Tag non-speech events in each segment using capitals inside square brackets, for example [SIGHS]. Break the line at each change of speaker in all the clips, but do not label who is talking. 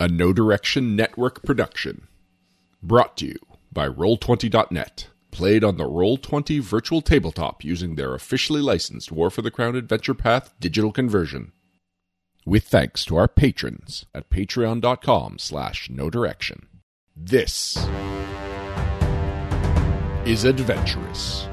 a No Direction Network production. Brought to you by Roll20.net. Played on the Roll20 virtual tabletop using their officially licensed War for the Crown Adventure Path digital conversion. With thanks to our patrons at patreon.com slash no direction. This is Adventurous.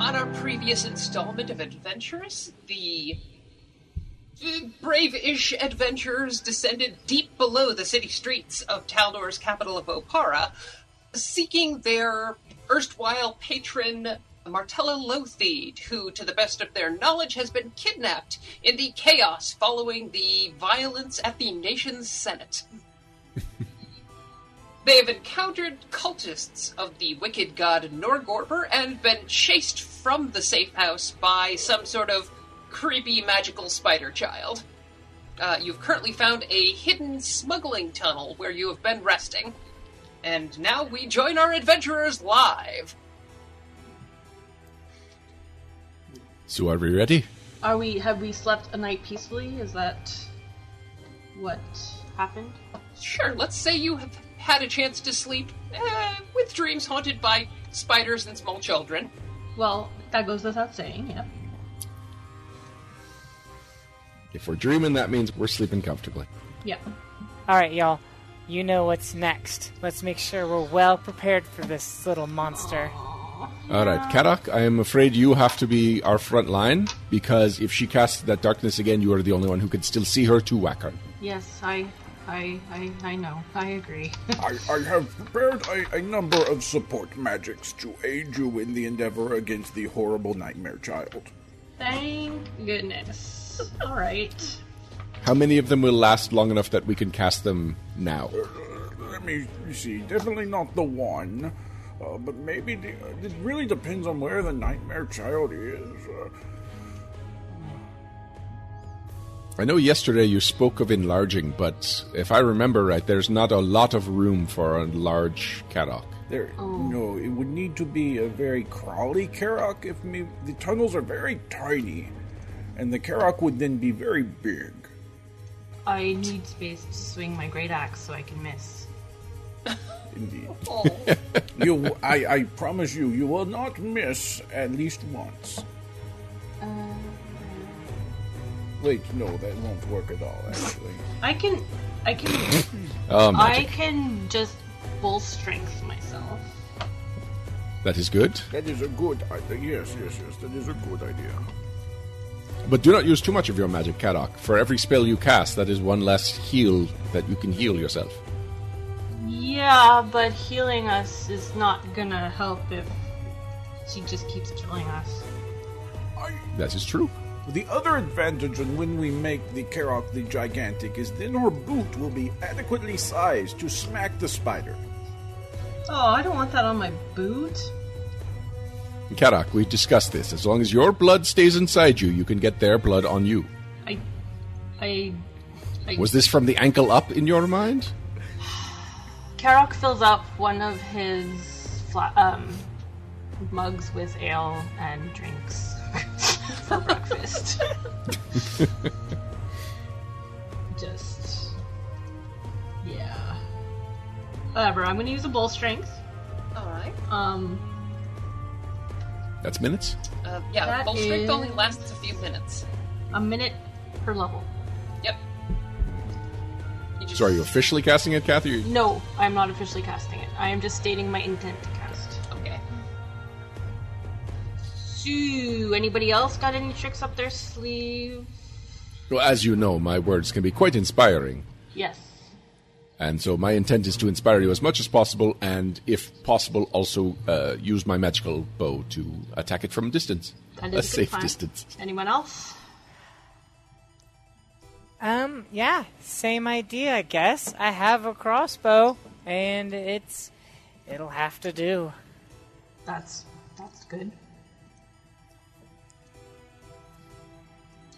On our previous installment of Adventurous, the the brave-ish adventurers descended deep below the city streets of Taldor's capital of Opara, seeking their erstwhile patron Martella Lothied, who, to the best of their knowledge, has been kidnapped in the chaos following the violence at the nation's senate. They have encountered cultists of the wicked god Norgorber and been chased from the safe house by some sort of creepy magical spider child. Uh, you've currently found a hidden smuggling tunnel where you have been resting. And now we join our adventurers live.
So are we ready?
Are we? Have we slept a night peacefully? Is that what happened?
Sure, let's say you have had a chance to sleep eh, with dreams haunted by spiders and small
[LAUGHS]
children.
Well, that goes without saying. Yeah.
If we're dreaming, that means we're sleeping comfortably.
Yeah.
All right, y'all. You know what's next. Let's make sure we're well prepared for this little monster.
All right, Karak, I am afraid you have to be our front line because if she casts that darkness again, you are the only one who can still see her to whack her.
Yes, I, I, I, I know. I agree. [LAUGHS]
I, I have prepared a, a number of support magics to aid you in the endeavor against the horrible nightmare child.
Thank [LAUGHS] goodness. All right.
How many of them will last long enough that we can cast them now?
Let me see. Definitely not the one, uh, but maybe the, uh, it really depends on where the nightmare child is. Uh,
I know yesterday you spoke of enlarging, but if I remember right, there's not a lot of room for a large Karak.
there, no, it would need to be a very crawly Karak. If me, the tunnels are very tiny, and the Karak would then be very big.
I need space to swing my great axe so I can miss.
Indeed,
Oh,
you, I, I promise you, you will not miss at least once.
Uh,
Wait, no, that won't work at all. Actually,
I can, I can,
[COUGHS] Oh,
I
magic.
can just full strength myself.
That is good.
that is a good idea. Yes, yes, yes. That is a good idea.
But do not use too much of your magic, Karak. For every spell you cast, that is one less heal that you can heal yourself.
Yeah, but healing us is not gonna help if she just keeps killing us.
I,
That is true.
The other advantage on when we make the Kerok the gigantic is then her boot will be adequately sized to smack the spider.
Oh, I don't want that on my boot.
Karak, we discussed this. As long as your blood stays inside you, you can get their blood on you.
I, I, I.
Was this from the ankle up in your mind?
Karok fills up one of his fla- um, mugs with ale and drinks [LAUGHS] for breakfast. Just, yeah. Whatever. I'm gonna use a bull strength.
all right.
Um,
That's minutes?
Uh, yeah,
That
bull strength
is-
only lasts a few minutes.
a minute per level.
Yep. You just-
So are you officially casting it, Kathy?
No, I'm not officially casting it. I am just stating my intent to cast.
Okay.
So, anybody else got any tricks up their sleeve?
Well, as you know, my words can be quite inspiring.
Yes.
And so my intent is to inspire you as much as possible, and if possible, also uh, use my magical bow to attack it from distance.
That
a
is good
safe
plan.
distance.
Anyone else?
Um, yeah, same idea, I guess. I have a crossbow, and it's. It'll have to do.
That's that's good.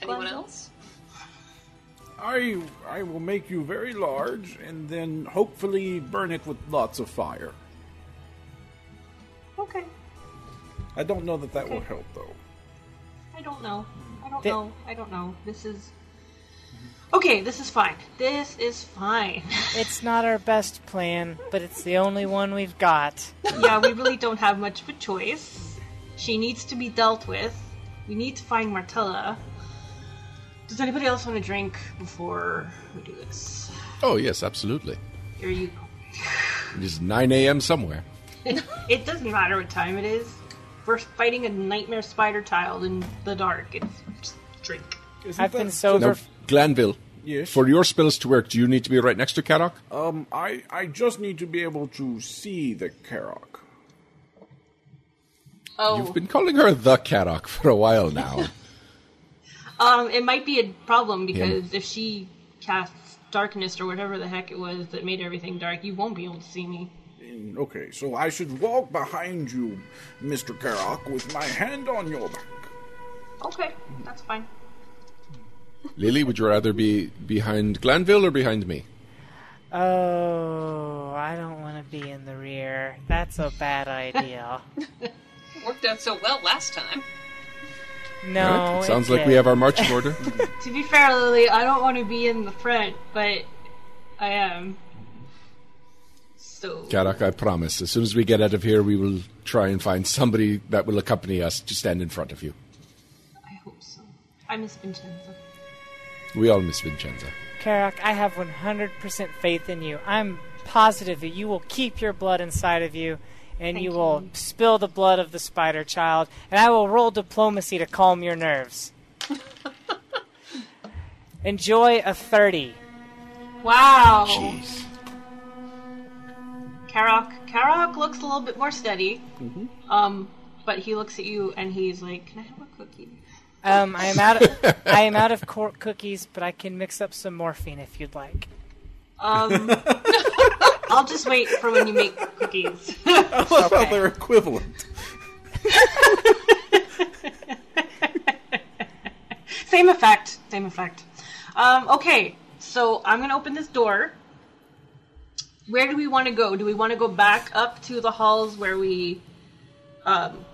Anyone else?
I I will make you very large and then hopefully burn it with lots of fire.
Okay.
I don't know that that will help though.
I don't know. I don't
Thi-
know. I don't know. This is okay. This is fine. This is fine. [LAUGHS]
It's not our best plan, but it's the only one we've got.
yeah, we really don't have much of a choice. She needs to be dealt with. We need to find Martella. Does anybody else want to drink before we do this?
Oh yes, absolutely.
Here you go.
It is 9 a.m. somewhere.
It doesn't matter what time it is. We're fighting a nightmare spider child in the dark. It's just drink.
Isn't
I've been
that-
sober.
Now,
f-
Glanville,
Yes?
for your spells to work, do you need to be right next to Kadok?
Um, I I just need to be able to see the Karok.
You've been calling her the Kadok for a while now.
Um, it might be a problem because if she casts darkness or whatever the heck it was that made everything dark, you won't be able to see me.
And, Mm, Okay, so I should walk behind you, Mr. Karok, with my hand on your back.
Okay, that's fine.
Lily, would you rather be behind Glanville or behind me?
Oh, I don't want to be in the rear. That's a bad idea.
Worked out so well last time.
No.
Alright, It sounds like
did.
we have our
[LAUGHS]
marching order.
To be fair, Lily, I don't want to be in the front, but I am. So
Kadok, I promise. As soon as we get out of here, we will try and find somebody that will accompany us to stand in front of you.
I hope so. I miss Vincenzo.
We all miss Vincenza.
Karak, I have 100% faith in you. I'm positive that you will keep your blood inside of you, and
Thank
you
you.
will spill the blood of the spider child, and I will roll diplomacy to calm
[LAUGHS]
your nerves. Enjoy a 30.
Wow. Karok. Karok looks a little bit more steady. Um, but he looks at you and he's like, "Can I have a cookie?"
Um, I am out. Of, I am out of court cookies, but I can mix up some morphine if you'd like.
Um, I'll just wait for when you make cookies.
Well, they're equivalent.
Same effect. Same effect. Um, okay, so I'm gonna open this door. Where do we want to go? Do we want to go back up to the halls where we um,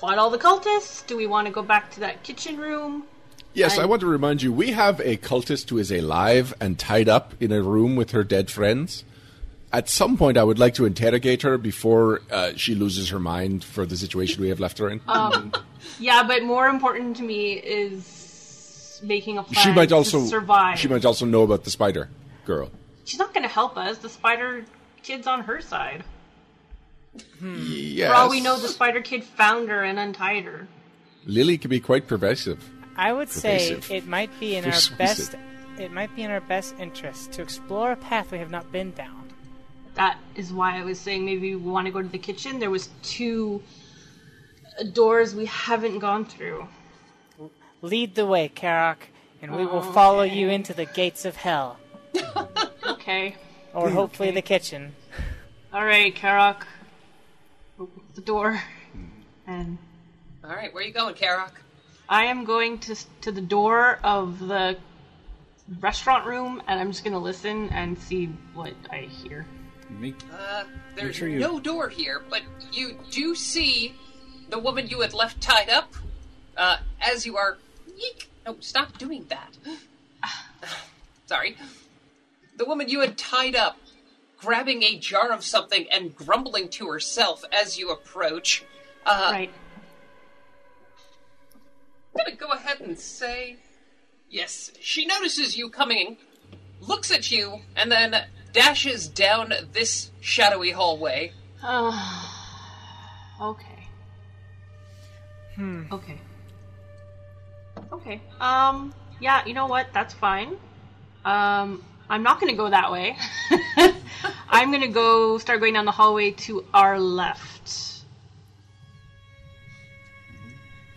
fought all the cultists? Do we want to go back to that kitchen room?
Yes, I want to remind you we have a cultist who is alive and tied up in a room with her dead friends. At some point, I would like to interrogate her before uh, she loses her mind for the situation we have left her in.
Oh, Yeah, but more important to me is making a plan
she might also
to survive.
She might also know about the spider girl.
She's not going to help us. The spider kid's on her side.
Yes.
For all we know, the spider kid found her and untied her.
Lily can be quite pervasive.
I would say
Pervasive.
it might be in
Persuasive.
our best. It might be in our best interest to explore a path we have not been down.
That is why I was saying maybe we want to go to the kitchen. There was two doors we haven't gone through.
Lead the way, Karak, and we will follow you into the gates of hell.
Okay.
Or hopefully the kitchen.
All right, Karak. Open the door. And
All right, where you going, Karok?
I am going to to the door of the restaurant room and I'm just going to listen and see what I hear.
Make
Uh, there's
sure you-
no door here, but you do see the woman you had left tied up uh, as you are. Yeek! No, stop doing that. [SIGHS] Sorry. The woman you had tied up grabbing a jar of something and grumbling to herself as you approach. Uh,
Right.
I'm gonna go ahead and say yes. She notices you coming, looks at you, and then dashes down this shadowy hallway.
Uh, okay. Hmm. Okay. Okay. Um. Yeah. You know what? That's fine. Um. I'm not going to go that way. [LAUGHS] I'm going to go start going down the hallway to our left.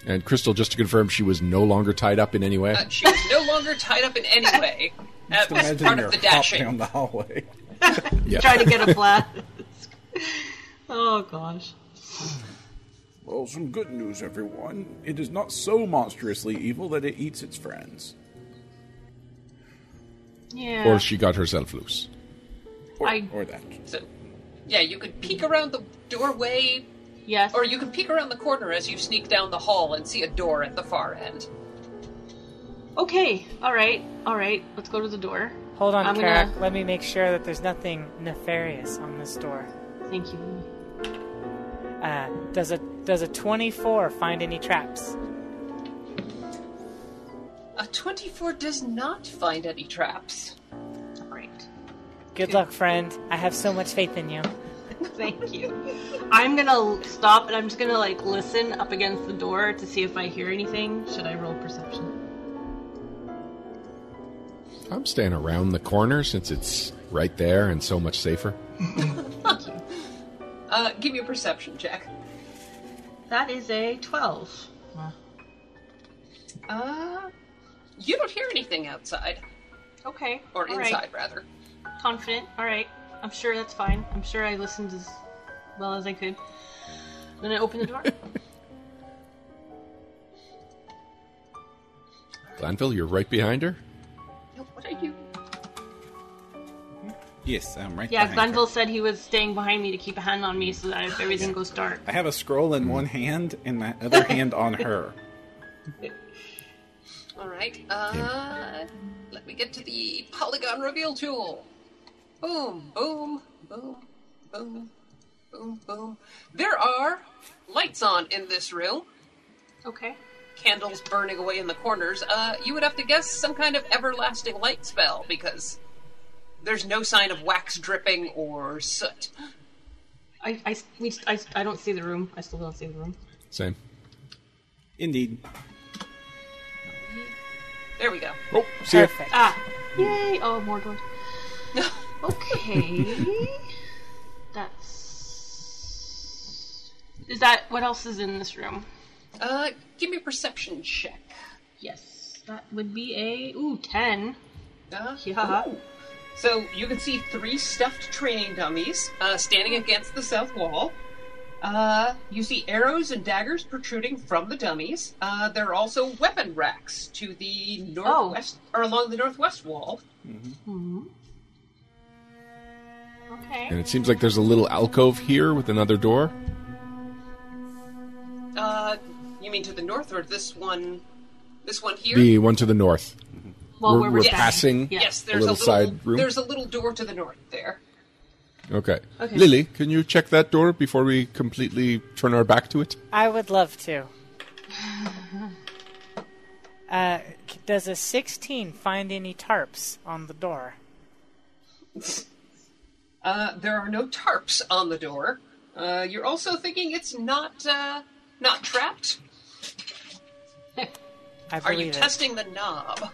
And Crystal, just to confirm, she was no longer tied up in any way.
Uh, she was no
[LAUGHS]
longer tied up in any way. That
Just
was
imagine
part
her
of the
hop
dashing.
down the hallway.
yeah.
Try to get a flask. oh gosh.
Well, some good news, everyone. It is not so monstrously evil that it eats its friends.
Yeah.
or she got herself loose.
Or,
I-
or that.
So, yeah, you could peek around the doorway,
yes.
or you could peek around the corner as you sneak down the hall and see a door at the far end.
okay. All right. All right. Let's go to the door.
Hold on,
I'm
Karak.
gonna-
Let me make sure that there's nothing nefarious on this door.
Thank you.
Uh, does a does a 24 find any traps?
A 24 does not find any traps.
All right.
Good luck, friend. I have so much faith in you.
Thank you. I'm gonna l- stop and I'm just gonna like listen up against the door to see if I hear anything. Should I roll perception?
I'm staying around the corner since it's right there and so much safer.
Uh, give me a perception check.
That is a twelve.
Uh, you don't hear anything outside,
Okay.
or
All right.
inside, rather.
Confident. All right. I'm sure that's fine. I'm sure I listened as well as I could. Then I open the
[LAUGHS]
door.
Glanville, you're right behind her.
No, What are you?
Yes, I'm right.
yeah,
behind
Glenville
her.
said he was staying behind me to keep a hand on me so that if everything goes dark.
I have a scroll in one hand and my other hand on her.
All right. Uh, let me get to the polygon reveal tool. Boom, boom, boom, boom, boom, boom. There are lights on in this room.
Okay.
Candles burning away in the corners. Uh, you would have to guess some kind of everlasting light spell because there's no sign of wax dripping or soot.
I, I, we, I, I don't see the room. I still don't see the room.
Same.
Indeed.
There we go. [LAUGHS]
Oh, see ya.
Perfect.
Ah! Yay! Oh, more doors. Okay. That's. Is that. What else is in this room?
Uh, give me a perception check.
Yes. That would be a. Ooh, 10.
Uh,
Yeah.
ooh. So you can see three stuffed train dummies uh, standing against the south wall. Uh, you see arrows and daggers protruding from the dummies. Uh, there are also weapon racks to the northwest or along the northwest wall.
And
Okay.
it seems like there's a little alcove here with another door.
Uh, you mean to the north or this one? This one here.
The one to the north.
Well,
we're-
where
we're
standing.
passing-
Yeah.
yes,
a
there's a
little
little,
side room?
There's a little door to the north there.
Okay.
Okay.
Lily, can you check that door before we completely turn our back to it?
I would love to. Uh, c- does a 16 find any tarps on the door?
Uh, there are no tarps on the door. Uh, you're also thinking it's not uh, not trapped.
I
Are
believe
you
it. Uh,
testing the knob?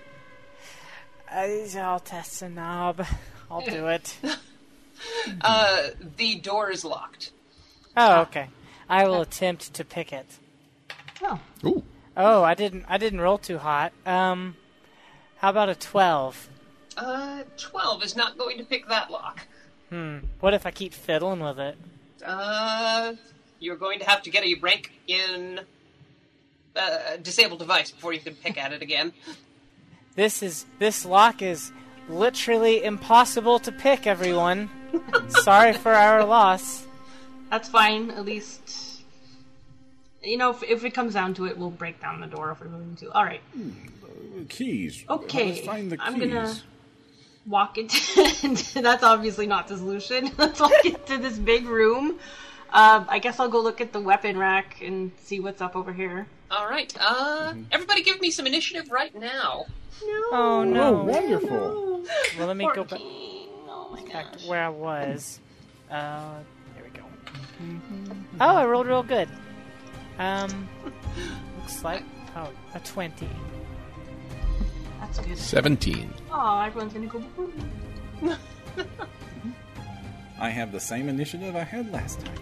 I, I'll test the knob. [LAUGHS] I'll do it.
Uh, the door is locked.
Oh, okay. I will attempt to pick it.
Oh.
Ooh.
Oh, I didn't. I didn't roll too hot. Um, how about a 12?
Uh, twelve is not going to pick that lock.
What if I keep fiddling with it?
Uh, you're going to have to get a rank in uh, disable device before you can pick at it again. [LAUGHS]
This is this lock is literally impossible to pick, [LAUGHS] everyone. Sorry for our loss.
That's fine. At least, you know, if, if it comes down to it, we'll break down the door if we're willing to. All right,
Keys.
Okay,
Let's find the keys.
I'm gonna- walk into. [LAUGHS] into- that's obviously not the solution. [LAUGHS] Let's walk into this big room. Um, I guess I'll go look at the weapon rack and see what's up over here.
All right. Uh,
Mm-hmm.
everybody, give me some initiative right now.
Oh
Oh,
no.
wonderful.
Well, let me go back.
Oh my
back
gosh.
to where I was. Uh, there we go. Oh, I rolled real good. Um, [LAUGHS] looks like oh, a twenty.
That's good.
17.
Oh, everyone's gonna go. "Boo."
I have the same initiative I had last
[LAUGHS]
time.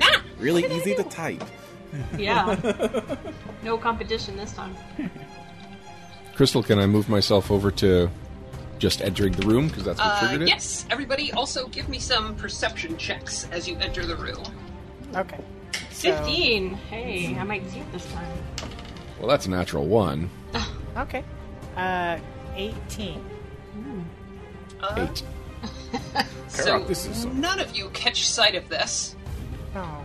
Ah,
really easy to type.
Yeah.
[LAUGHS]
no competition this time.
Crystal, can I move myself over to just entering the room because that's what
Uh,
triggered it?
yes, everybody also give me some perception checks as you enter the room.
Okay. So-
15. Hey, I might see it this time.
Well, that's a natural one.
Okay. Uh, 18.
Uh,
Eight.
so
this is some-
none of you catch sight of this.
Oh.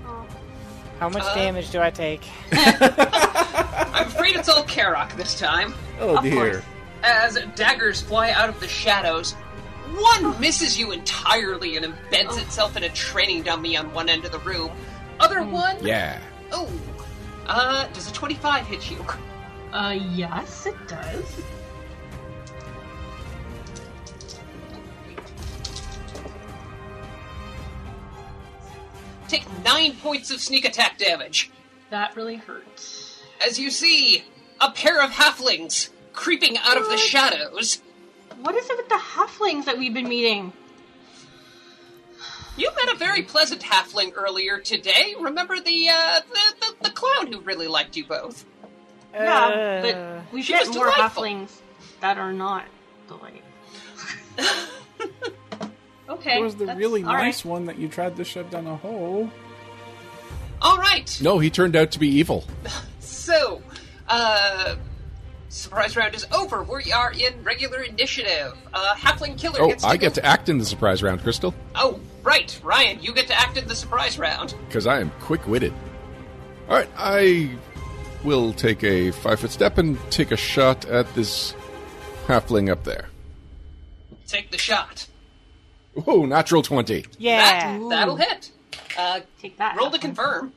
How much damage do I take?
I'm afraid it's all Karak this time.
Oh dear.
As daggers fly out of the shadows, one misses you entirely and embeds itself in a training dummy on one end of the room. Other one,
Yeah.
oh, uh, does a 25 hit you? [LAUGHS]
Uh, yes, it does.
Take nine points of sneak attack damage.
That really hurts.
As you see, a pair of halflings creeping out of the shadows.
What is it with the halflings that we've been meeting?
You met a very pleasant halfling earlier today. Remember the uh, the, the the clown who really liked you both.
Uh,
yeah, but we
she
should
was
get more
delightful.
halflings that are not delightful.
[LAUGHS]
okay.
There was the
that's-
really
all right.
nice one that you tried to shove down a hole.
All right.
No, he turned out to be evil.
So, uh, surprise round is over. We are in regular initiative. Uh, halfling killer
Oh,
gets. To
I get
go-
to act in the surprise round, Crystal,
Oh, right, Ryan, you get to act in the surprise round.
because I am quick witted. All right, I will take a five foot step and take a shot at this halfling up there.
Take the shot.
Oh, natural 20.
yeah.
That, that'll hit. Uh,
Take that.
roll to
halfling.
confirm.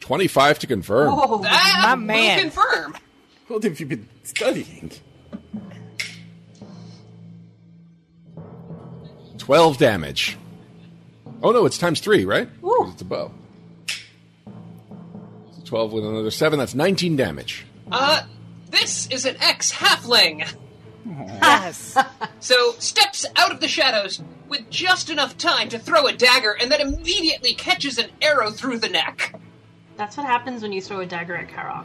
25 to confirm.
Whoa.
That
My
will
man.
confirm.
What have you been studying?
12 damage. Oh no, it's times 3, right?
Ooh.
'Cause It's a bow. So 12 with another 7, that's 19 damage.
Uh, this is an ex halfling.
Yes.
So steps out of the shadows with just enough time to throw a dagger and then immediately catches an arrow through the neck.
That's what happens when you throw a dagger at Karok.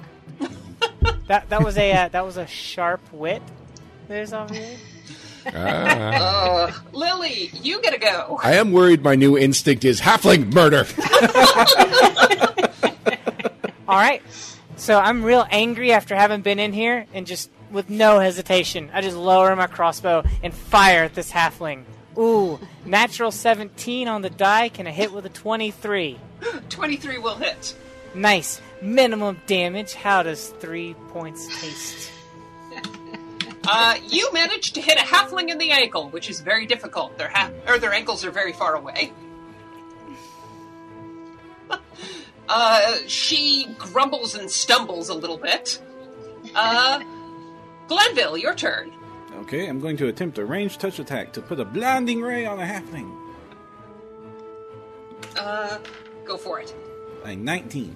that that was a uh, that was a sharp wit. There's over here.
Ah.
Lily, you gotta go.
I am worried my new instinct is halfling murder. [LAUGHS]
All right. So I'm real angry after having been in here and just with no hesitation, I just lower my crossbow and fire at this halfling. Ooh, natural 17 on the die. Can I hit with a 23?
23 will hit.
Nice. Minimum damage. How does three points taste?
Uh, you managed to hit a halfling in the ankle, which is very difficult. Their ha- or their ankles are very far away. [LAUGHS] uh, she grumbles and stumbles a little bit. Uh, Glenville, your turn.
Okay, I'm going to attempt a ranged touch attack to put a blinding ray on a halfling.
Uh, go for it.
A 19.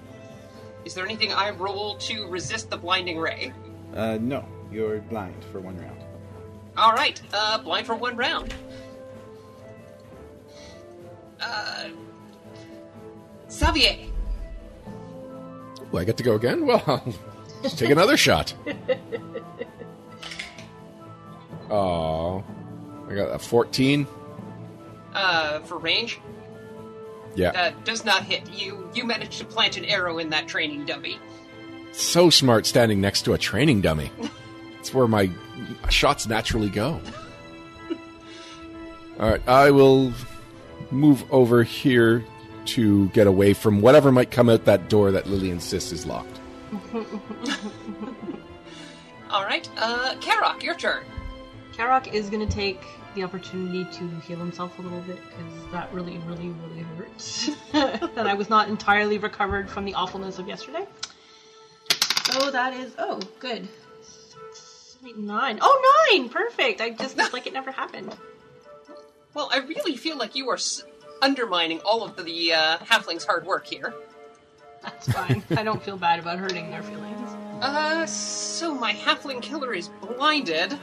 Is there anything I roll to resist the blinding ray?
Uh, no, you're blind for one round.
All right, uh, blind for one round. Uh, Xavier,
Ooh, I get to go again? Well, [LAUGHS] I'll just take another shot. Oh. I got a 14.
uh, for range,
Yeah.
uh, does not hit you. You managed to plant an arrow in that training dummy.
so smart standing next to a training dummy. It's where my shots naturally go. All right, I will move over here to get away from whatever might come out that door that Lily insists is locked.
All right, uh, Karok, your turn.
Karok is going to take the opportunity to heal himself a little bit because that really, really, really hurts. [LAUGHS] that I was not entirely recovered from the awfulness of yesterday. So that is oh good. Nine. Oh nine! Perfect. I just it's like it never happened.
Well, I really feel like you are s- undermining all of the uh, halfling's hard work here.
That's fine. I don't feel bad about hurting their feelings.
Uh, so my halfling killer is blinded.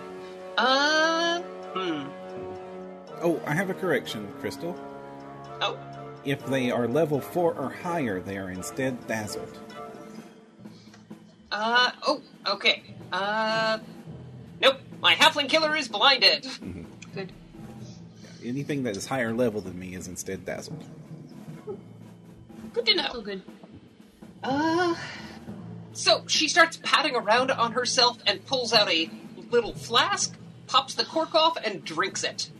Uh,
Oh, I have a correction, Crystal.
Oh,
If they are level 4 or higher, they are instead dazzled.
uh, oh, okay. Uh, nope. My halfling killer is blinded.
Good.
Anything that is higher level than me is instead dazzled.
Good to
Still
know.
good.
Uh, so she starts patting around on herself and pulls out a little flask, pops the cork off, and drinks it.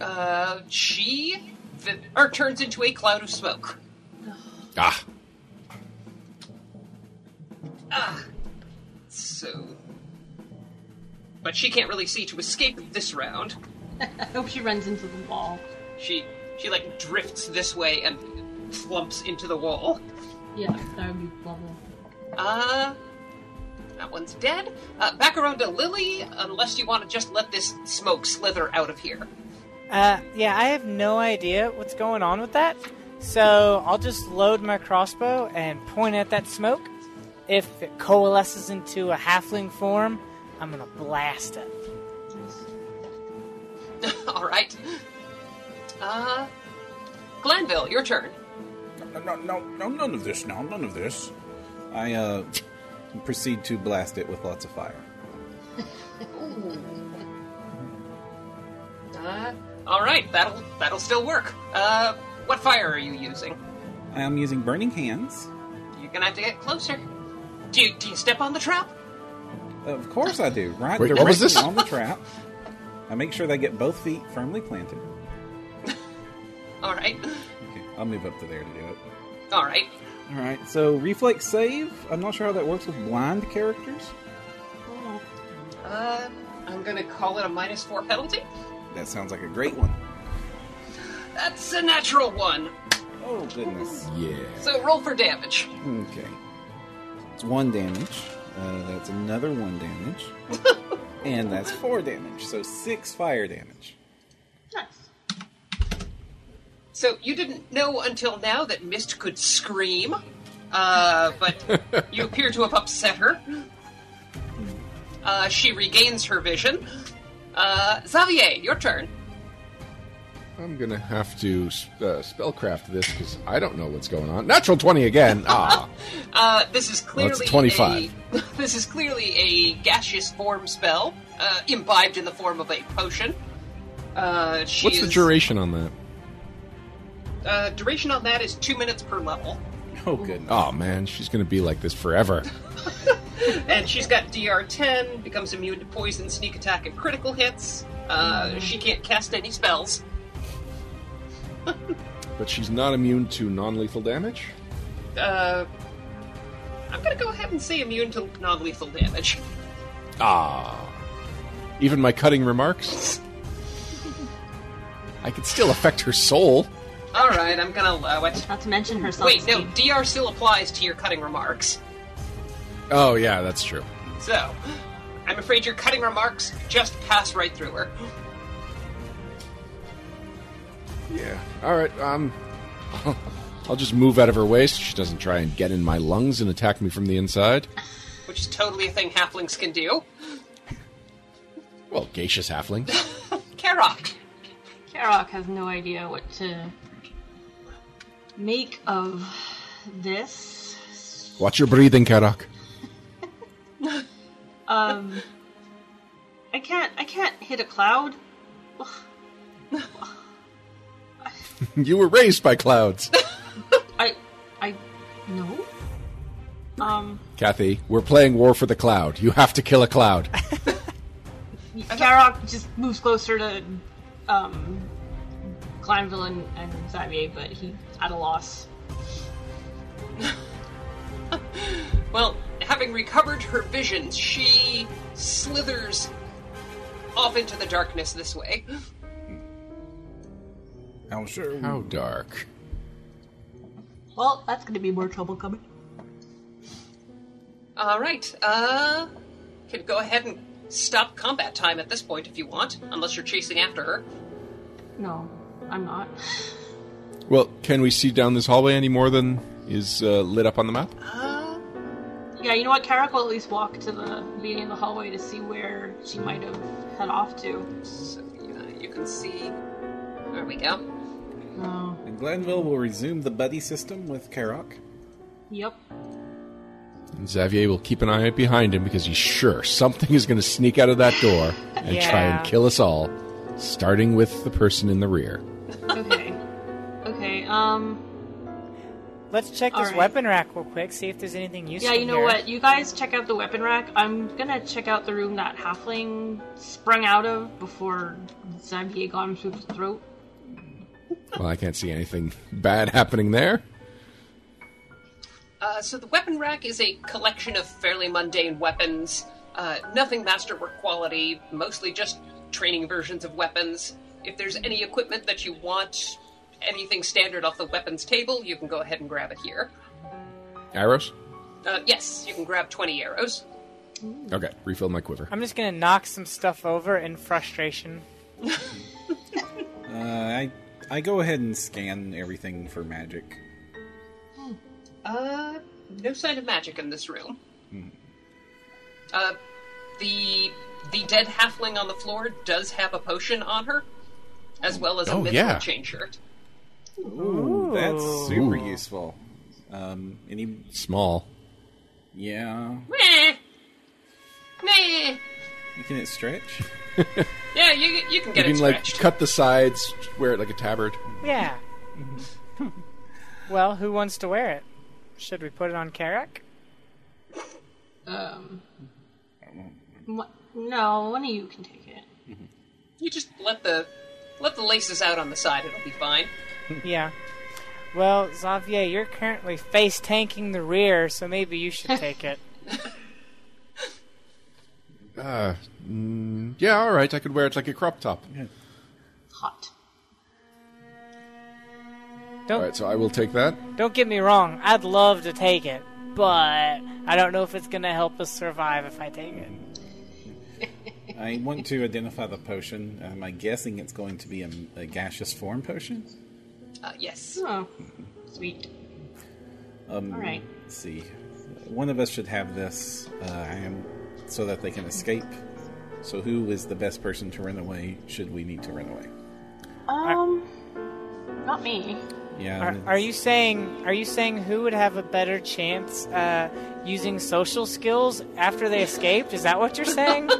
Uh, she v- or turns into a cloud of smoke.
Ah,
So, but she can't really see to escape this round.
I hope she runs into the wall.
She she like drifts this way and flumps into the wall.
Yeah, that would be bubble.
Uh, that one's dead. Uh, back around to Lily, unless you want to just let this smoke slither out of here.
Uh, yeah, I have no idea what's going on with that. So I'll just load my crossbow and point at that smoke. If it coalesces into a halfling form, I'm gonna blast it.
[LAUGHS] All right. Uh, Glanville, your turn.
No, no, no, no, none of this now. None of this.
I uh, proceed to blast it with lots of fire.
Uh, all right, that'll that'll still work. Uh, what fire are you using?
I am using burning hands.
You're gonna have to get closer. Do you, do you step on the trap?
Of course I do. Right
Wait,
directly
what was this?
on the trap. I make sure they get both feet firmly planted.
All right, [LAUGHS]
Okay, I'll move up to there to do it.
all right.
All right, so reflex save. I'm not sure how that works with blind characters.
Uh, I'm gonna call it a minus four penalty.
That sounds like a great one.
That's a natural one.
Oh goodness.
yeah.
So roll for damage.
Okay. It's one damage. Uh, that's another
[LAUGHS]
one damage. and that's four damage. So six fire damage.
Nice.
So you didn't know until now that Mist could scream, uh,
[LAUGHS]
but you appear to have upset her. Uh, she regains her vision. Uh, Xavier, your turn.
I'm gonna have to uh, spellcraft this because I don't know what's going on. Natural twenty again. Ah,
Uh, this is clearly
it's 25.
A, [LAUGHS] this is clearly a gaseous form spell, uh, imbibed in the form of a potion. Uh, she
what's the
is-
duration on that?
Uh, duration on that is two minutes per level,
Oh goodness.
Oh man, she's gonna be like this forever.
and she's got DR ten, becomes immune to poison, sneak attack, and critical hits. Uh, she can't cast any spells.
But she's not immune to non-lethal damage.
uh, I'm gonna go ahead and say immune to non-lethal damage. [LAUGHS]
Ah, even my cutting remarks. I could still affect her soul.
All right, I'm gonna allow it.
Not to mention herself.
Wait, no, DR still applies to your cutting remarks.
Oh yeah, that's true.
So, I'm afraid your cutting remarks just pass right through her.
Yeah. All right. Um, [LAUGHS] I'll just move out of her way so she doesn't try and get in my lungs and attack me from the inside.
Which is totally a thing halflings can do.
Well, geisha's halfling.
Karok!
Karok has no idea what to make of this.
Watch your breathing, Karak.
Um, I can't. I can't hit a cloud.
You were raised by clouds.
I. I. No. Um,
[LAUGHS] Kathy, we're playing War for the Cloud. You have to kill a cloud.
Karok just moves closer to um, Glanville and, and Xavier, but he's at a loss.
Well, having recovered her visions, she slithers off into the darkness this way.
I'm sure.
How dark.
Well, that's going to be more trouble coming.
All right. Uh, can go ahead and stop combat time at this point if you want, unless you're chasing after her.
No, I'm not.
Well, can we see down this hallway any more than is uh, lit up on the map?
Uh,
Yeah, you know what? Karak will at least walk to the beginning of the hallway to see where she might have head off to.
So yeah, you can see. There we go.
Oh,
And Glenville will resume the buddy system with Karok.
yep.
And Xavier will keep an eye out behind him because he's sure something is going to sneak out of that door and try
Yeah.
and kill us all, starting with the person in the rear.
Okay. okay. Um.
Let's check
All
this
right.
weapon rack real quick. See if there's anything useful.
Yeah, you know
here.
what? You guys check out the weapon rack. I'm gonna check out the room that halfling sprung out of before Xavier got him through the throat.
Well, I can't see anything bad happening there.
Uh, so the weapon rack is a collection of fairly mundane weapons. Uh, nothing masterwork quality, mostly just training versions of weapons. If there's any equipment that you want, anything standard off the weapons table, you can go ahead and grab it here.
Arrows?
Uh, yes, you can grab 20 arrows.
Okay, refill my quiver.
I'm just gonna knock some stuff over in frustration.
Uh, I I go ahead and scan everything for magic.
Uh, no sign of magic in this room.
Hmm.
Uh, the the dead halfling on the floor does have a potion on her, as well as a
Oh,
mithril
yeah.
chain shirt.
Ooh, that's super
Ooh.
useful. Um, any
Small.
yeah?
Meh. Meh.
Can it stretch?
Yeah, you you
You
can get
can
it
like
stretched.
cut the sides, wear it like a tabard.
Yeah. well, who wants to wear it? Should we put it on Carrick?
Um. wha- No, one of you can take it.
you just let the let the laces out on the side; it'll be fine.
Yeah. Well, Xavier, you're currently face tanking the rear, so maybe you should take it.
Yeah, all right. I could wear it like a crop top.
It's hot.
All right, so I will take that.
Don't get me wrong, I'd love to take it, but I don't know if it's gonna help us survive if I take it.
I want to identify the potion. Um, I'm guessing it's going to be a, a gaseous form potion.
Uh, yes.
Oh, sweet.
Um,
All right.
Let's see. One of us should have this. Uh, I am so that they can escape. So who is the best person to run away? Should we need to run away?
Um, not me.
Yeah.
Are, are you saying are you saying who would have a better chance uh, using social skills after they escaped? Is that what you're saying?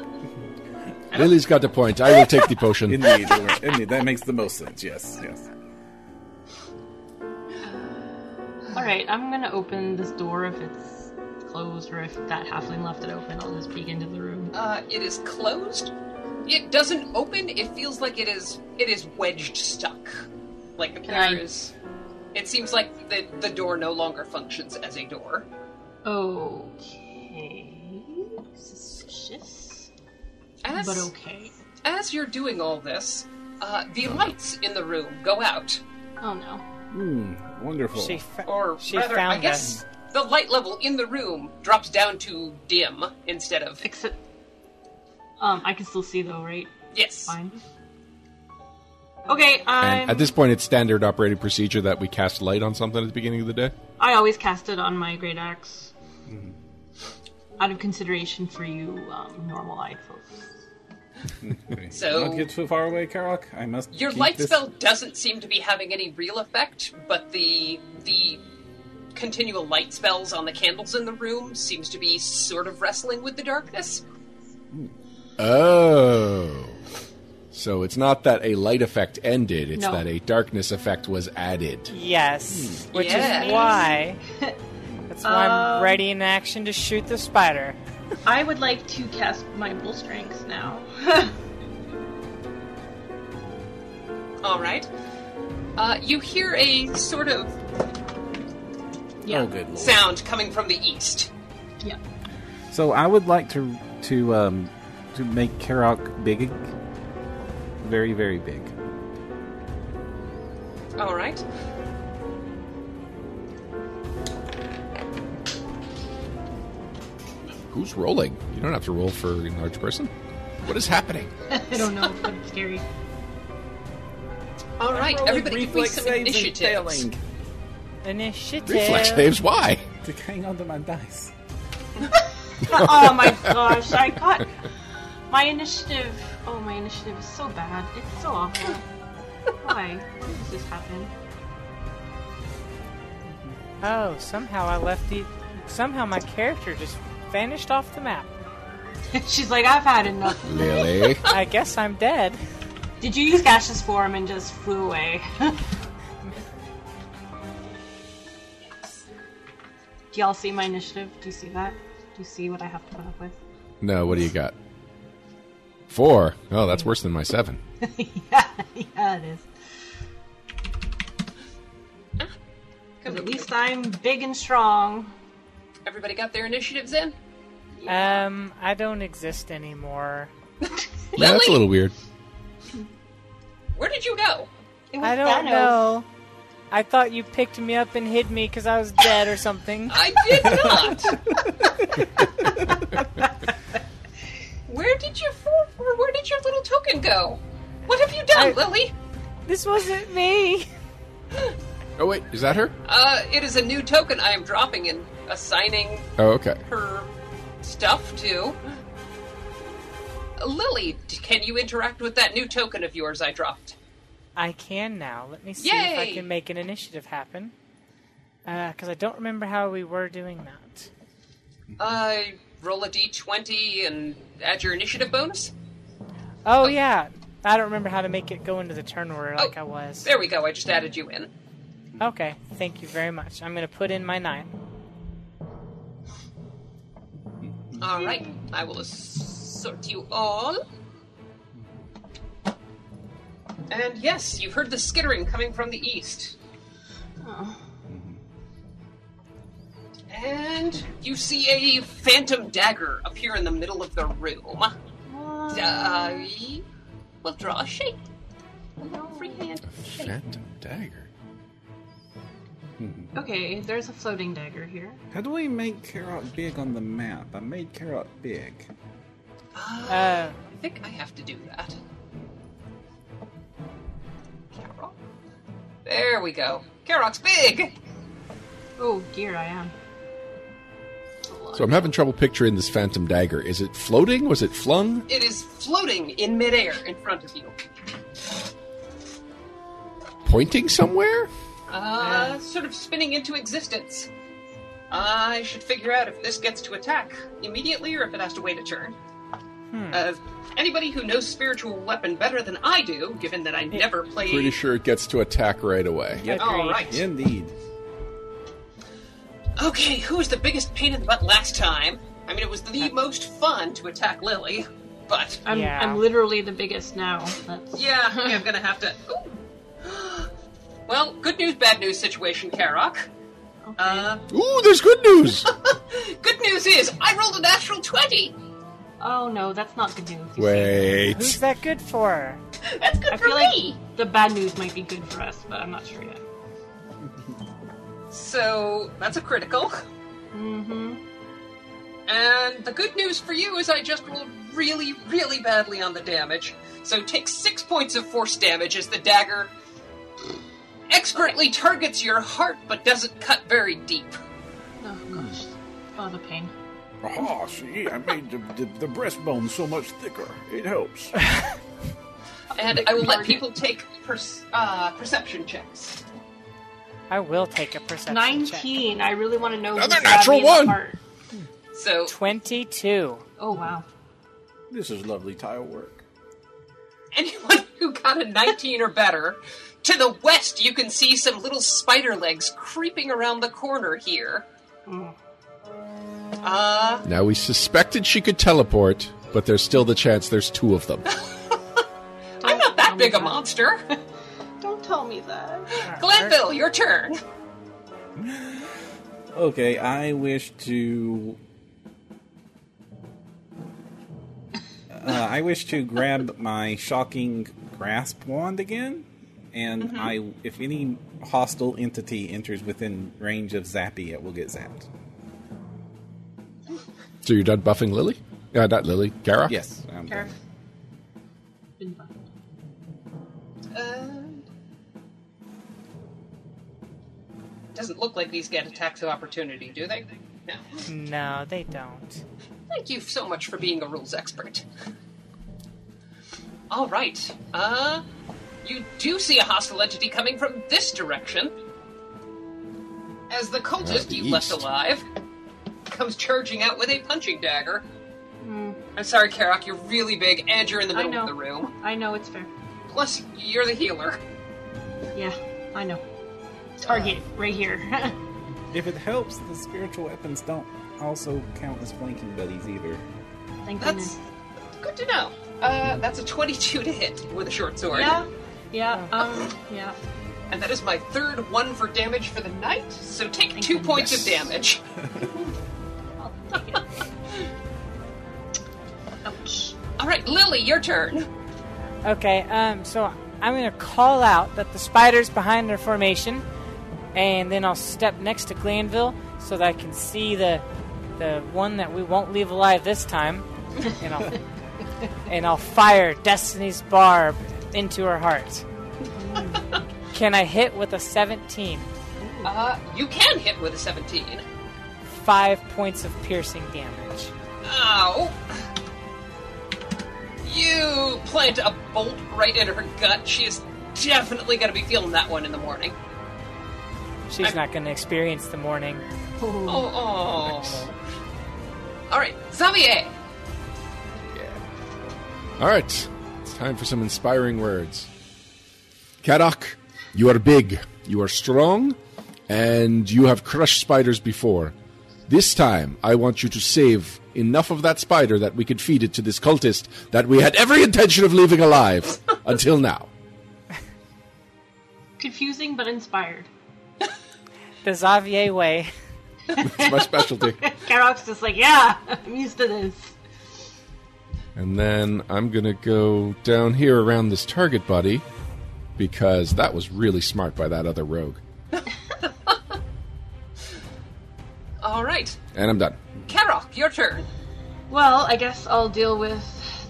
Lily's got the point. I will take the
[LAUGHS]
potion.
Indeed, or- indeed, that makes the most sense. Yes, yes.
All right, I'm gonna open this door if it's closed or if that halfling left it open. I'll just peek into the room.
Uh, it is closed. It doesn't open. It feels like it is it is wedged stuck. Like there
I-
is- It seems like the the door no longer functions as a door.
Okay. Suspicious,
As
but okay.
as you're doing all this, uh, the lights in the room go out,
Oh no.
Mm, wonderful.
she fa-
or
she
rather,
found
I guess
us.
the light level in the room drops down to dim instead
[LAUGHS]
of
Except, um, I can still see though, right?
yes.
Fine. Okay, um, I'm.
And at this point, it's standard operating procedure that we cast light on something at the beginning of the day.
I always cast it on my great axe,
Mm-hmm.
out of consideration for you, um, normal-eyed folks.
Okay.
So-
not get too far away, Karok. I must.
Your
keep
light
this-
spell doesn't seem to be having any real effect, but the the continual light spells on the candles in the room seems to be sort of wrestling with the darkness.
Oh. So it's not that a light effect ended, it's
No.
that a darkness effect was added.
Yes, which
Yes.
is why that's why I'm ready in action to shoot the spider.
I would like to cast my bull strength now.
All right. Uh, you hear a sort of
yeah.
Oh, good lord.
sound coming from the east.
[LAUGHS] Yeah.
So I would like to to um to make Karok big, very very big.
All right.
Who's rolling? You don't have to roll for enlarged person. What is happening?
I don't know, but it's scary.
All right. Everybody, give me some initiatives.
Initiative.
Reflex saves. Why?
To hang onto my dice.
[LAUGHS] oh my gosh, I got my initiative. Oh, my initiative is so bad. It's so [LAUGHS] awful. Why? How does this happen?
Oh, somehow I left the. Somehow my character just vanished off the map.
[LAUGHS] She's like, I've had enough.
Lily.
I guess I'm dead.
Did you use Gash's form and just flew away? [LAUGHS] Do y'all see my initiative? Do you see that? Do you see what I have to put up with? [LAUGHS]
No, what do you got? Four. Oh, that's worse than my seven.
yeah, yeah, it is. Because at least I'm big and strong.
Everybody got their initiatives in?
Um, I don't exist anymore.
Yeah, that's a little weird.
Where did you go?
It was
I don't
Thanos.
know. I thought you picked me up and hid me because I was dead or
[LAUGHS]
something.
I did not. where did your four, where, where did your little token go? What have you done,
I-
Lily?
this wasn't me.
Oh wait, is that her?
Uh, it is a new token I am dropping and assigning
Oh, okay.
her stuff to. Lily, d- can you interact with that new token of yours I dropped?
I can now. Let me see if I
Yay!
can make an initiative happen. Because I don't remember how we were doing that.
Uh, roll a d20 and add your initiative bonus?
Oh yeah, I don't remember how to make it go into the turn order like
Oh,
I was.
There we go, I just added you in.
Okay, thank you very much. I'm gonna put in my nine.
Alright, I will sort you all. And yes, you've heard the skittering coming from the east. And you see a phantom dagger appear in the middle of the room. I will draw a shape. A little freehand shape.
Phantom dagger.
Okay, there's a floating dagger here.
How do we make Carrot big on the map? I made Carrot big.
Uh,
I think I have to do that. Carol? There we go. Karok's big!
Oh dear, I am.
So I'm having trouble picturing this phantom dagger. Is it floating? Was it flung?
It is floating in midair in front of you.
Pointing somewhere?
Uh, sort of spinning into existence. I should figure out if this gets to attack immediately or if it has to wait a turn. Uh, anybody who knows spiritual weapon better than I do, given that I never played.
Pretty sure it gets to attack right away.
Yep.
All
Agreed.
right.
Indeed.
Okay, who was the biggest pain in the butt last time? I mean, it was the most fun to attack Lily, but
I'm,
Yeah.
I'm literally the biggest now. That's
yeah, I'm gonna have to. Ooh. [GASPS] Well, good news, bad news situation, Karok.
okay.
Uh,
Ooh, there's good news.
good news is I rolled a natural twenty.
oh no, that's not good news. You see.
who's
Wait.
that good for?
That's good
I
for
feel like
me.
the bad news might be good for us, but I'm not sure yet.
So that's a critical.
Mm-hmm.
And the good news for you is I just rolled really, really badly on the damage. So take six points of force damage as the dagger expertly targets your heart but doesn't cut very deep.
Oh gosh. Oh, the pain.
Aha, see, I made the, the, the breastbone so much thicker.
[LAUGHS]
It helps.
And I will let people take perce- uh, perception checks.
I will take a perception check.
19. I really want to know.
Another
who stabbed
natural
me in the
one.
heart.
So
Twenty-two.
Oh wow.
This is lovely tile work.
anyone [LAUGHS] who got a 19 or better, to the west you can see some little spider legs creeping around the corner here. Uh,
Now we suspected she could teleport, but there's still the chance there's two of them.
I'm not that
Don't
big a
tell me
monster. [LAUGHS]
that. Don't tell me that.
Glenville, your turn.
Okay, I wish to. Uh, I wish to grab my shocking grasp wand again, and I, if any hostile entity enters within range of Zappy, it will get zapped.
So you're done buffing Lily? Uh, not Lily, Gara?
Yes, I'm
Sure.
done.
Been fun.
Uh, doesn't look like these get attacks of opportunity, do they? No.
No, they don't.
Thank you so much for being a rules expert. All right. Uh, you do see a hostile entity coming from this direction. As the cultist
the
you left
east.
alive comes charging out with a punching dagger. I'm sorry, Karak, you're really big and you're in the
I
middle
know.
of the room.
I know it's fair.
Plus, you're the healer.
Yeah, I know. Target right here. [LAUGHS]
If it helps, the spiritual weapons don't also count as flanking buddies either.
Thank
That's
goodness.
good to know. Uh, that's a 22 to hit with a short sword.
Yeah, yeah, um, yeah.
And that is my third one for damage for the night, so take two
goodness.
points of damage.
I'll take it. Ouch.
All right, Lily, your turn.
Okay, um, so I'm gonna call out that the spider's behind their formation, and then I'll step next to Glanville so that I can see the the one that we won't leave alive this time, and I'll and I'll fire Destiny's barb into her heart. Can I hit with a 17?
Uh, you can hit with a 17.
Five points of piercing damage.
Ow. You plant a bolt right in her gut. She is definitely going to be feeling that one in the morning.
She's
I'm-
not gonna experience the morning.
Oh, oh. All right, Xavier.
All right, it's time for some inspiring words. Karak, you are big, you are strong, and you have crushed spiders before. This time, I want you to save enough of that spider that we could feed it to this cultist that we had every intention of leaving alive until now.
Confusing but inspired.
The Xavier way.
It's my
[LAUGHS]
specialty.
Garrock's just like, yeah, [LAUGHS] I'm used to this.
And then I'm going to go down here around this target buddy because that was really smart by that other rogue.
All right,
And I'm done.
Karok, your turn.
Well, I guess I'll deal with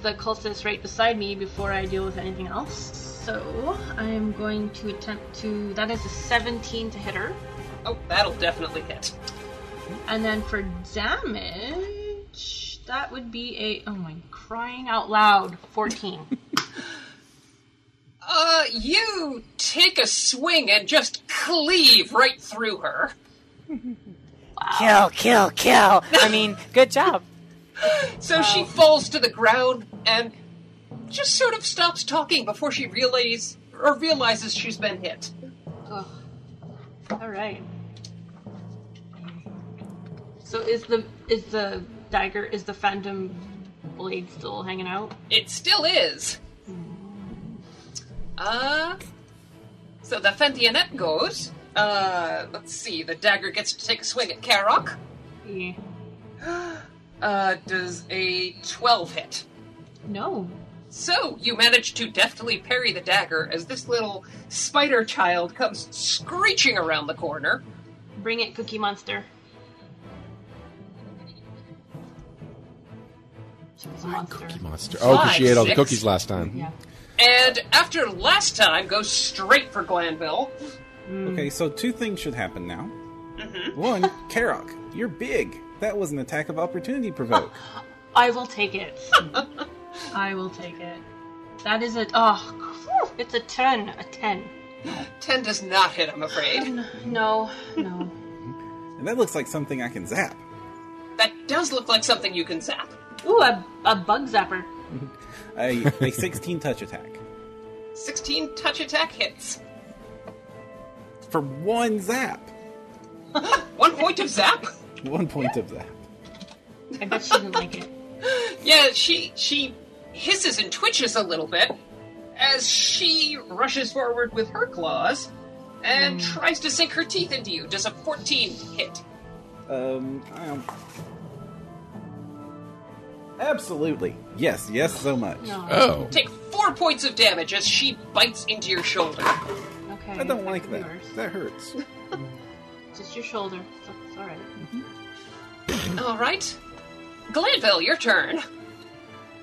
the cultist right beside me before I deal with anything else. So I'm going to attempt to. That is a 17 to hit her.
Oh, that'll definitely hit.
And then for damage, that would be a. Oh my, crying out loud, [LAUGHS] 14.
Uh, you take a swing and just cleave right through her.
Kill, kill, kill. I mean, good job.
So she falls to the ground and just sort of stops talking before she realizes or realizes she's been hit.
Ugh. All right. So is the is the dagger is the phantom blade still hanging out?
It still is. Uh so the Fentianet goes. Uh let's see, the dagger gets to take a swing at Karok.
Yeah.
Uh does a twelve hit.
No.
So you manage to deftly parry the dagger as this little spider child comes screeching around the corner.
Bring it, Cookie Monster. She was a monster.
Cookie monster. Oh, because she ate all the
Five, six.
cookies last time.
Yeah.
And after last time, goes straight for Glanville.
Okay, so two things should happen now. One, Karok, you're big. That was an attack of opportunity provoke.
I will take it. I will take it. That is a oh, it's a ten, a ten.
Ten does not hit, I'm afraid.
No, no.
and that looks like something I can zap.
That does look like something you can zap.
Ooh, a, a bug zapper.
A, a 16 touch attack.
16 touch attack hits.
For one zap.
One point of zap.
One point of zap.
I bet she didn't like it.
Yeah, she she hisses and twitches a little bit as she rushes forward with her claws and tries to sink her teeth into you. Does a 14 hit?
Um, I don't... Absolutely. Yes, yes, so much.
No.
Oh.
Take four points of damage as she bites into your shoulder.
Okay.
I don't like
can
that.
do worse.
That hurts.
Just your shoulder. It's, it's all right.
All right, Glanville, your turn.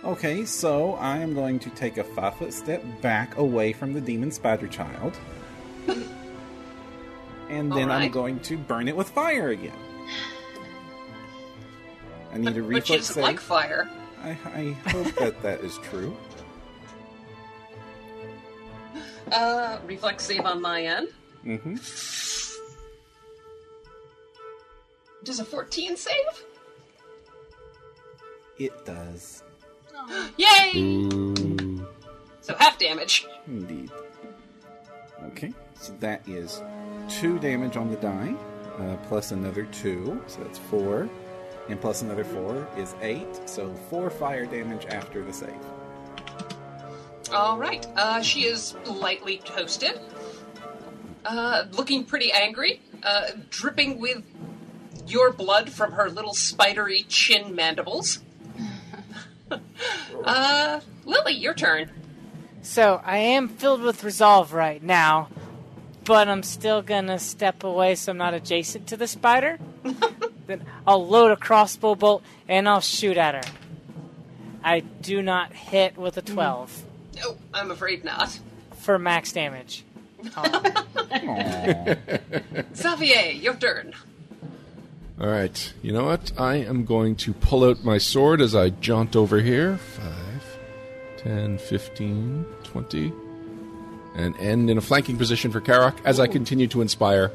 Okay, so I am going to take a five foot step back away from the demon spider child. and then I'm
Alright.
going to burn it with fire again. I need a
which
reflex
is
save.
like fire.
I, I hope that that is true.
Uh, reflex save on my end.
Mm-hmm.
Does a 14 save?
It does.
Yay!
Ooh.
So half damage.
Indeed. Okay, so that is two damage on the die, uh, plus another two, so that's four, and plus another four is eight, so four fire damage after the save.
All right. Uh, she is lightly toasted, uh, looking pretty angry, uh, dripping with your blood from her little spidery chin mandibles. uh, Lily, your turn.
So I am filled with resolve right now, but I'm still gonna step away so I'm not adjacent to the spider. then I'll load a crossbow bolt and I'll shoot at her. I do not hit with a 12
No, Oh, I'm afraid not.
for max damage. Aw.
Xavier, your turn.
All right. You know what? I am going to pull out my sword as I jaunt over here. 5, 10, 15, 20. And end in a flanking position for Karak as I continue to inspire.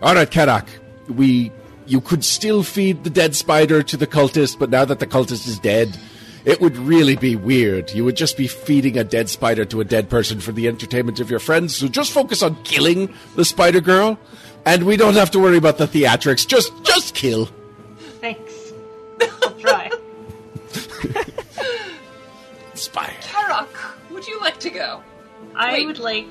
All right, Karak. We. You could still feed the dead spider to the cultist, but now that the cultist is dead, it would really be weird. You would just be feeding a dead spider to a dead person for the entertainment of your friends, so just focus on killing the spider girl, and we don't have to worry about the theatrics. Just, just kill.
[LAUGHS]
Thanks. I'll try.
Spider.
Tarok, would you like to go?
I
Wait.
would like.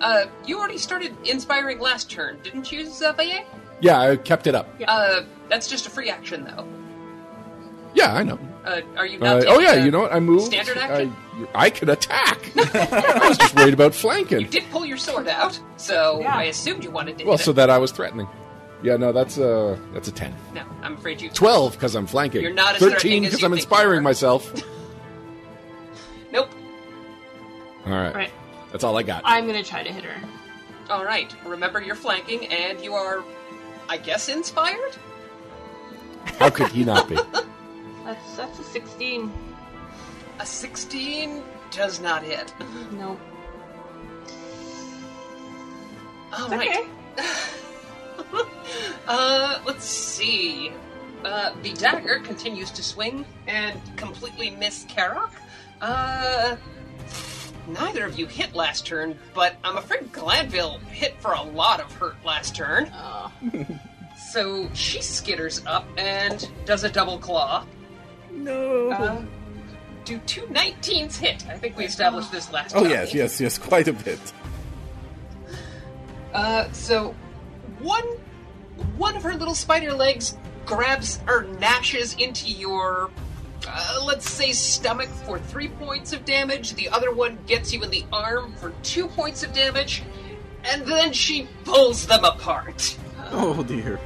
Uh, you already started inspiring last turn, didn't you, Xavier?
Yeah, I kept it up.
Yeah.
Uh, that's just a free action, though.
Yeah, I know.
Uh, are you not?
Uh,
taking
oh yeah,
the-
you know what? I moved.
Standard
I,
action.
I can attack. [LAUGHS] I was just worried about flanking.
You did pull your sword out, so
Yeah.
I assumed you wanted to.
Well,
hit
so
it.
that I was threatening. Yeah, no, that's a that's a ten.
No, I'm afraid you.
12 because I'm flanking.
You're not as
13
threatening as
because
you
I'm
think you are.
inspiring myself.
Nope.
All right.
Right.
That's all I got.
[LAUGHS]
I'm gonna try to hit her.
All right. Remember, you're flanking, and you are, I guess, inspired.
How could he not be?
That's that's a 16.
A 16 does not hit. [LAUGHS]
No.
All
It's
right.
okay.
Uh, let's see. Uh, the dagger continues to swing and completely miss Karok. Uh, neither of you hit last turn, but I'm afraid Glanville hit for a lot of hurt last turn.
Oh.
[LAUGHS] So she skitters up and does a double claw.
No.
Uh, do two 19s hit? I think we established this last
[LAUGHS] oh
time.
yes, yes, yes, quite a bit.
Uh, so one one of her little spider legs grabs or gnashes into your uh, let's say stomach for three points of damage. The other one gets you in the arm for two points of damage, and then she pulls them apart.
Oh dear.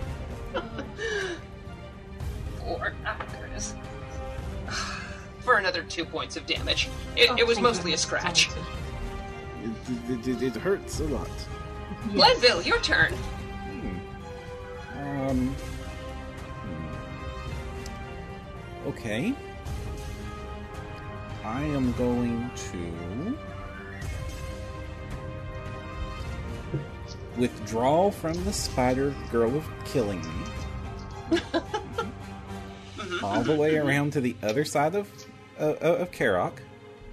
Or ah, there it is. For another two points of damage. It, it was
Oh, thank
mostly a
goodness.
scratch.
It, it, it, it hurts a lot.
Glenville, your turn.
Um. hmm. Okay. I am going to withdraw from the spider girl of killing me. All the way around to the other side of uh, of Karok,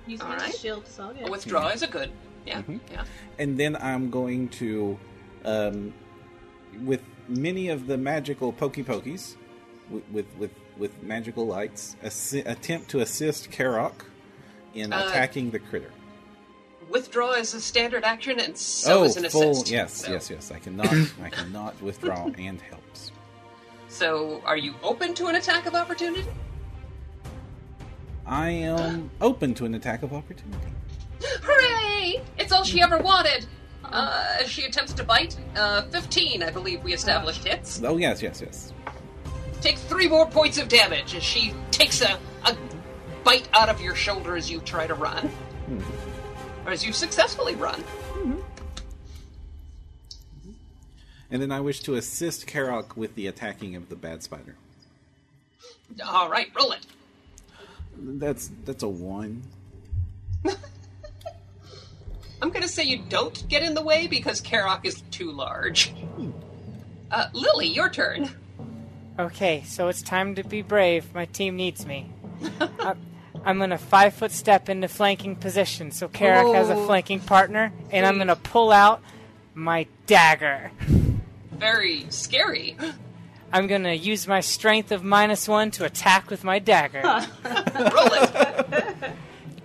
Use
All
my
right. Oh,
shield, so I'll get
A
it.
withdraw is a good. Yeah,
Mm-hmm.
yeah.
and then I'm going to, um, with many of the magical pokey pokies, with with with, with magical lights, assi- attempt to assist Karok in
Uh,
attacking the critter.
Withdraw is a standard action, and so is an
Oh, full!
assist.
Yes,
So-
yes, yes. I cannot, I cannot
[LAUGHS]
withdraw and helps.
So, are you open to an attack of opportunity? [GASPS]
I am open to an attack of opportunity.
Hooray! It's all she ever wanted. Uh, she attempts to bite. Uh, 15, I believe we established hits.
Oh yes, yes, yes.
Take three more points of damage as she takes a, a bite out of your shoulder as you try to run.
Hmm.
Or as you successfully run.
And then I wish to assist Karok with the attacking of the bad spider.
All right, roll it.
That's that's a one.
I'm going to say you don't get in the way because Karok is too large.
Hmm.
Uh, Lily, your turn.
Okay, so it's time to be brave. My team needs me. I'm- I'm gonna five foot step into flanking position, so Carrick has a
Ooh.
flanking partner, and I'm gonna pull out my dagger.
Very scary.
I'm gonna use my strength of minus one to attack with my dagger.
[LAUGHS] Roll it.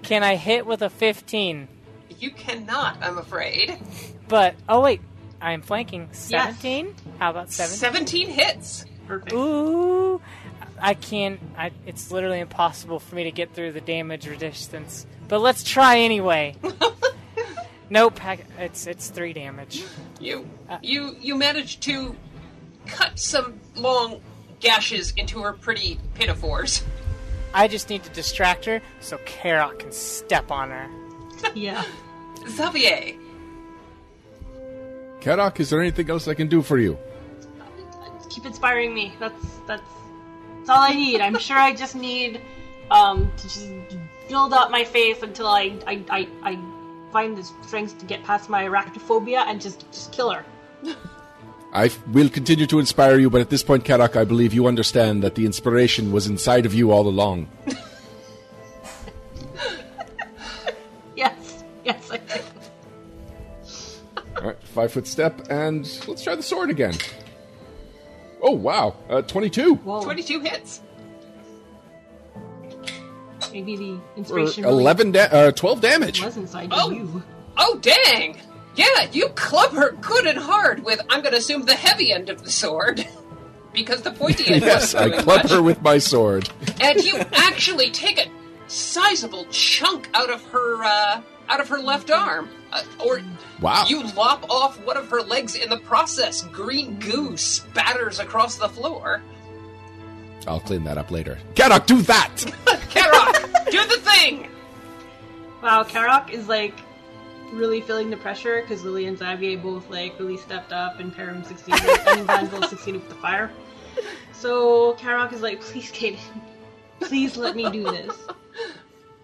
Can I hit with a 15?
You cannot, I'm afraid.
But oh wait, I'm flanking. 17? How about 17?
17 hits.
Perfect.
Ooh, I can't. I, it's literally impossible for me to get through the damage resistance. But let's try
[LAUGHS]
anyway. nope, I, it's it's three damage.
You you you managed to cut some long gashes into her pretty pinafores.
I just need to distract her so Carrot can step on her.
Yeah.
Xavier,
Karak, is there anything else I can do for you?
Keep inspiring me. That's that's that's all I need. I'm sure I just need um to just build up my faith until I I, I, I find the strength to get past my arachnophobia and just just kill her.
I f- will continue to inspire you, but at this point, Karak, I believe you understand that the inspiration was inside of you all
[LAUGHS]
along.
Yes. Yes. [LAUGHS] I do.
all right, five foot step, and let's try the sword again. Oh, wow. Uh, 22.
Whoa.
22 hits.
Maybe the
Or
inspiration really
11 da- uh, 12 damage.
was inside
Oh.
you.
Oh dang! Yeah, you club her good and hard with I'm going to assume the heavy end of the sword [LAUGHS] because the
[LAUGHS]
pointy end
Yes, I
wasn't doing
club
much.
her with my sword.
and you actually take a sizable chunk out of her uh, out of her left arm, uh, or
Wow.
you lop off one of her legs in the process. Green goo spatters across the floor.
I'll clean that up later. Karak, do that!
[LAUGHS]
Karok, do the thing.
Wow, Karok is like really feeling the pressure because Lily and Xavier both like really stepped up and Param succeeded and Glanville succeeded with the fire. So Karok is like, please, Kaden, please let me do this.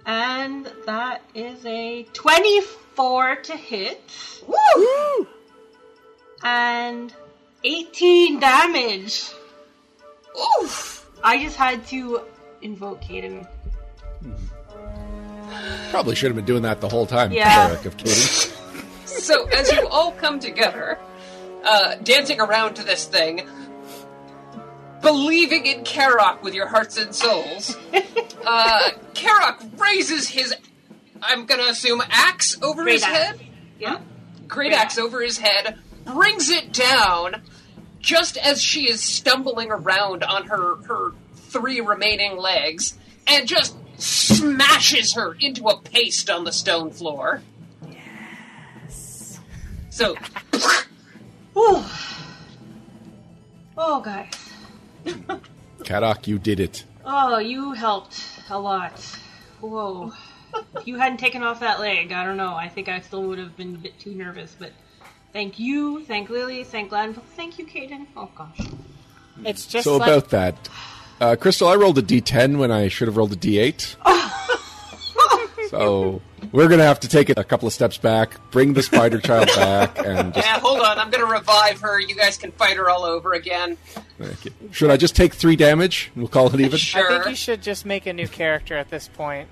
And that is a 24 to hit
Woo!
and 18 damage.
Oof!
I just had to invoke Kaden.
Probably should have been doing that the whole time,
Yeah.
Karak of Katie.
So as you all come together, uh, dancing around to this thing, believing in Karok with your hearts and souls, uh, Karok raises his, I'm gonna assume, axe over
Great
his
axe.
head.
Yeah.
great axe over his head, brings it down just as she is stumbling around on her, her three remaining legs, and just smashes her into a paste on the stone floor. Yes. So,
Whew. Oh, guys.
Karak, you did it.
Oh, you helped a lot. Whoa. if you hadn't taken off that leg, I don't know. I think I still would have been a bit too nervous, but thank you, thank Lily, thank Glanville, thank you, Caden. Oh gosh.
It's just
so
like
about that. Uh, Crystal, I rolled a d10 when I should have rolled a d8. so we're going to have to take it a couple of steps back, bring the spider child back, and just.
yeah, hold on. I'm going to revive her. You guys can fight her all over again.
Should I just take three damage? and We'll call it even.
I think
Sure.
you should just make a new character at
[LAUGHS]
this point.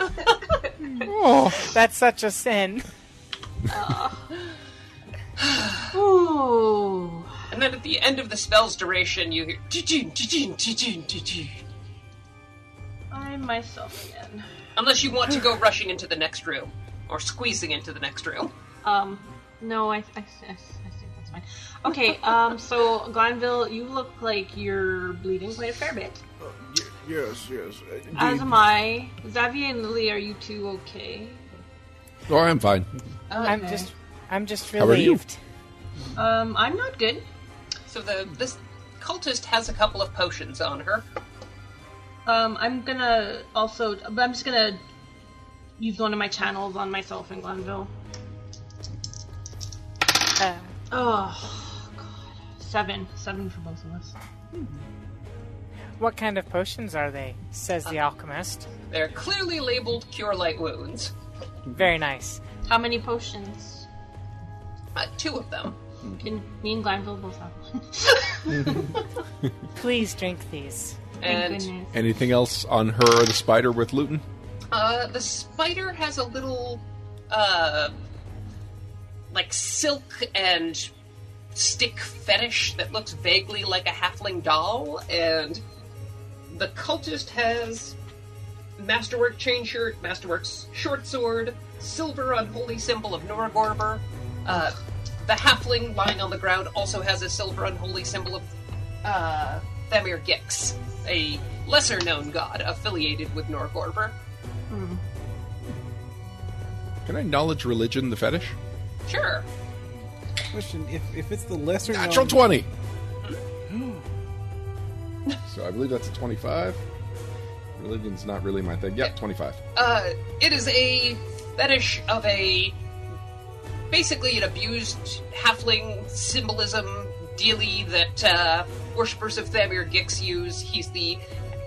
oh, that's such a sin.
Ooh.
And then at the end of the spell's duration, you hear. "Tijin, tijin, tijin, tijin."
I'm myself again.
Unless you want to go rushing into the next room or squeezing into the next room.
Um, no, I, I, I, I think that's fine. Okay, [LAUGHS] um, so Glanville, you look like you're bleeding quite a fair bit.
Uh, Yes, yes. uh,
As am I. Xavier and Lily, are you two okay?
Oh, I'm fine.
I'm just, I'm just
are you?
relieved.
Um, I'm not good.
So the this cultist has a couple of potions on her.
Um, I'm gonna also. but I'm just gonna use one of my channels on myself in Glenville.
Uh,
Oh, God. Seven. Seven for both of us.
What kind of potions are they? Says the alchemist.
They're clearly labeled cure light wounds.
Very nice.
How many potions
Uh, two of them.
can me and Glanville both have? One? [LAUGHS]
Please drink these.
Thank
And
goodness.
Anything else on her or the spider with Luton?
uh, the spider has a little, uh, like silk and stick fetish that looks vaguely like a halfling doll, and the cultist has masterwork chain shirt, masterwork's short sword, silver unholy symbol of Norgorber. Uh, the halfling lying on the ground also has a silver unholy symbol of uh, Thamir Gix, a lesser known god affiliated with Norgorber.
Can I knowledge religion the fetish?
Sure.
Question: If, if it's the lesser
Natural
known,
twenty. [LAUGHS] so I believe that's a twenty-five. Religion's not really my thing.
[LAUGHS]
Yep, twenty-five.
Uh, it is a fetish of a basically an abused halfling symbolism dealy that uh, worshippers of Thamir Gix use. He's the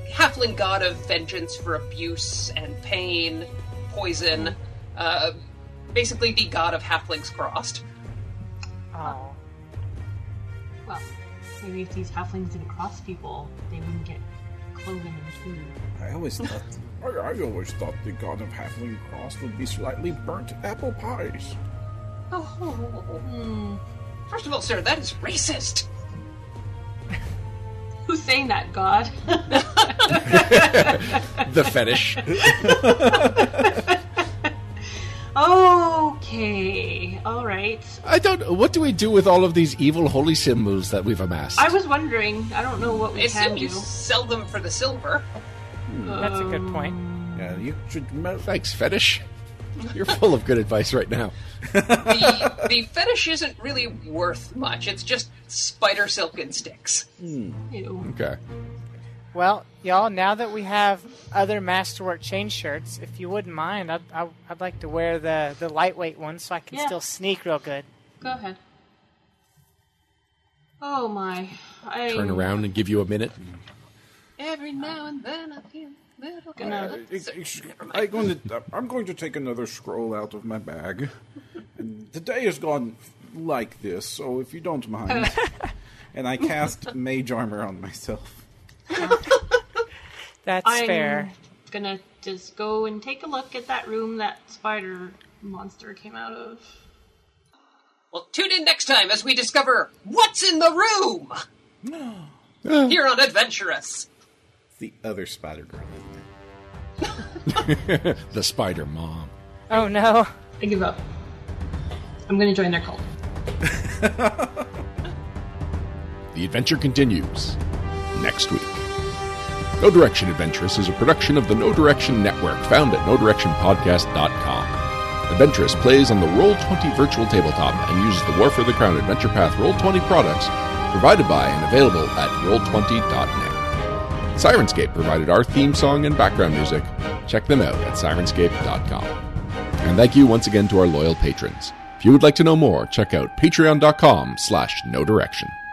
halfling god of vengeance for abuse and pain, poison. Uh, basically, the god of halflings crossed.
Oh.
Well, maybe if these halflings didn't cross people, they wouldn't get clothing and food.
I always thought
[LAUGHS] I, I always thought the god of Halfling Cross would be slightly burnt apple pies.
Oh.
hmm.
First of all, sir, that is racist.
Who's saying that, God? [LAUGHS]
The fetish.
okay, all right.
I don't. What do we do with all of these evil holy symbols that we've amassed?
I was wondering. I don't know what we
I
can
assume
do.
you sell them for the silver.
That's a good point.
Yeah, you should
[LAUGHS]
melt.
Thanks, fetish. You're full of good advice right now.
the, the fetish isn't really worth much. It's just spider silk and sticks.
Ew.
Okay.
Well, y'all, now that we have other Masterwork chain shirts, if you wouldn't mind, I'd, I, I'd like to wear the, the lightweight one so I can
Yeah.
still sneak real good.
Go ahead. Oh my! I
Turn around and give you a minute.
Every now and then I feel a little
Gonna-
Ex- ex- I'm going to. I'm going to take another scroll out of my bag. And the day has gone like this, so if you don't mind,
and I cast mage armor on myself.
That's
I'm
fair.
gonna just go and take a look at that room that spider monster came out of.
Well, tune in next time as we discover what's in the room here on Adventurous.
It's the other spider girl. Isn't it?
The spider mom.
Oh no.
I give up. I'm gonna join their cult.
The adventure continues next week. No Direction Adventurous is a production of the No Direction Network, found at NoDirectionPodcast.com. Adventurous plays on the Roll20 virtual tabletop and uses the War for the Crown Adventure Path Roll20 products provided by and available at Roll20.net. Sirenscape provided our theme song and background music. Check them out at Sirenscape.com. And thank you once again to our loyal patrons. If you would like to know more, check out patreon.com slash no direction.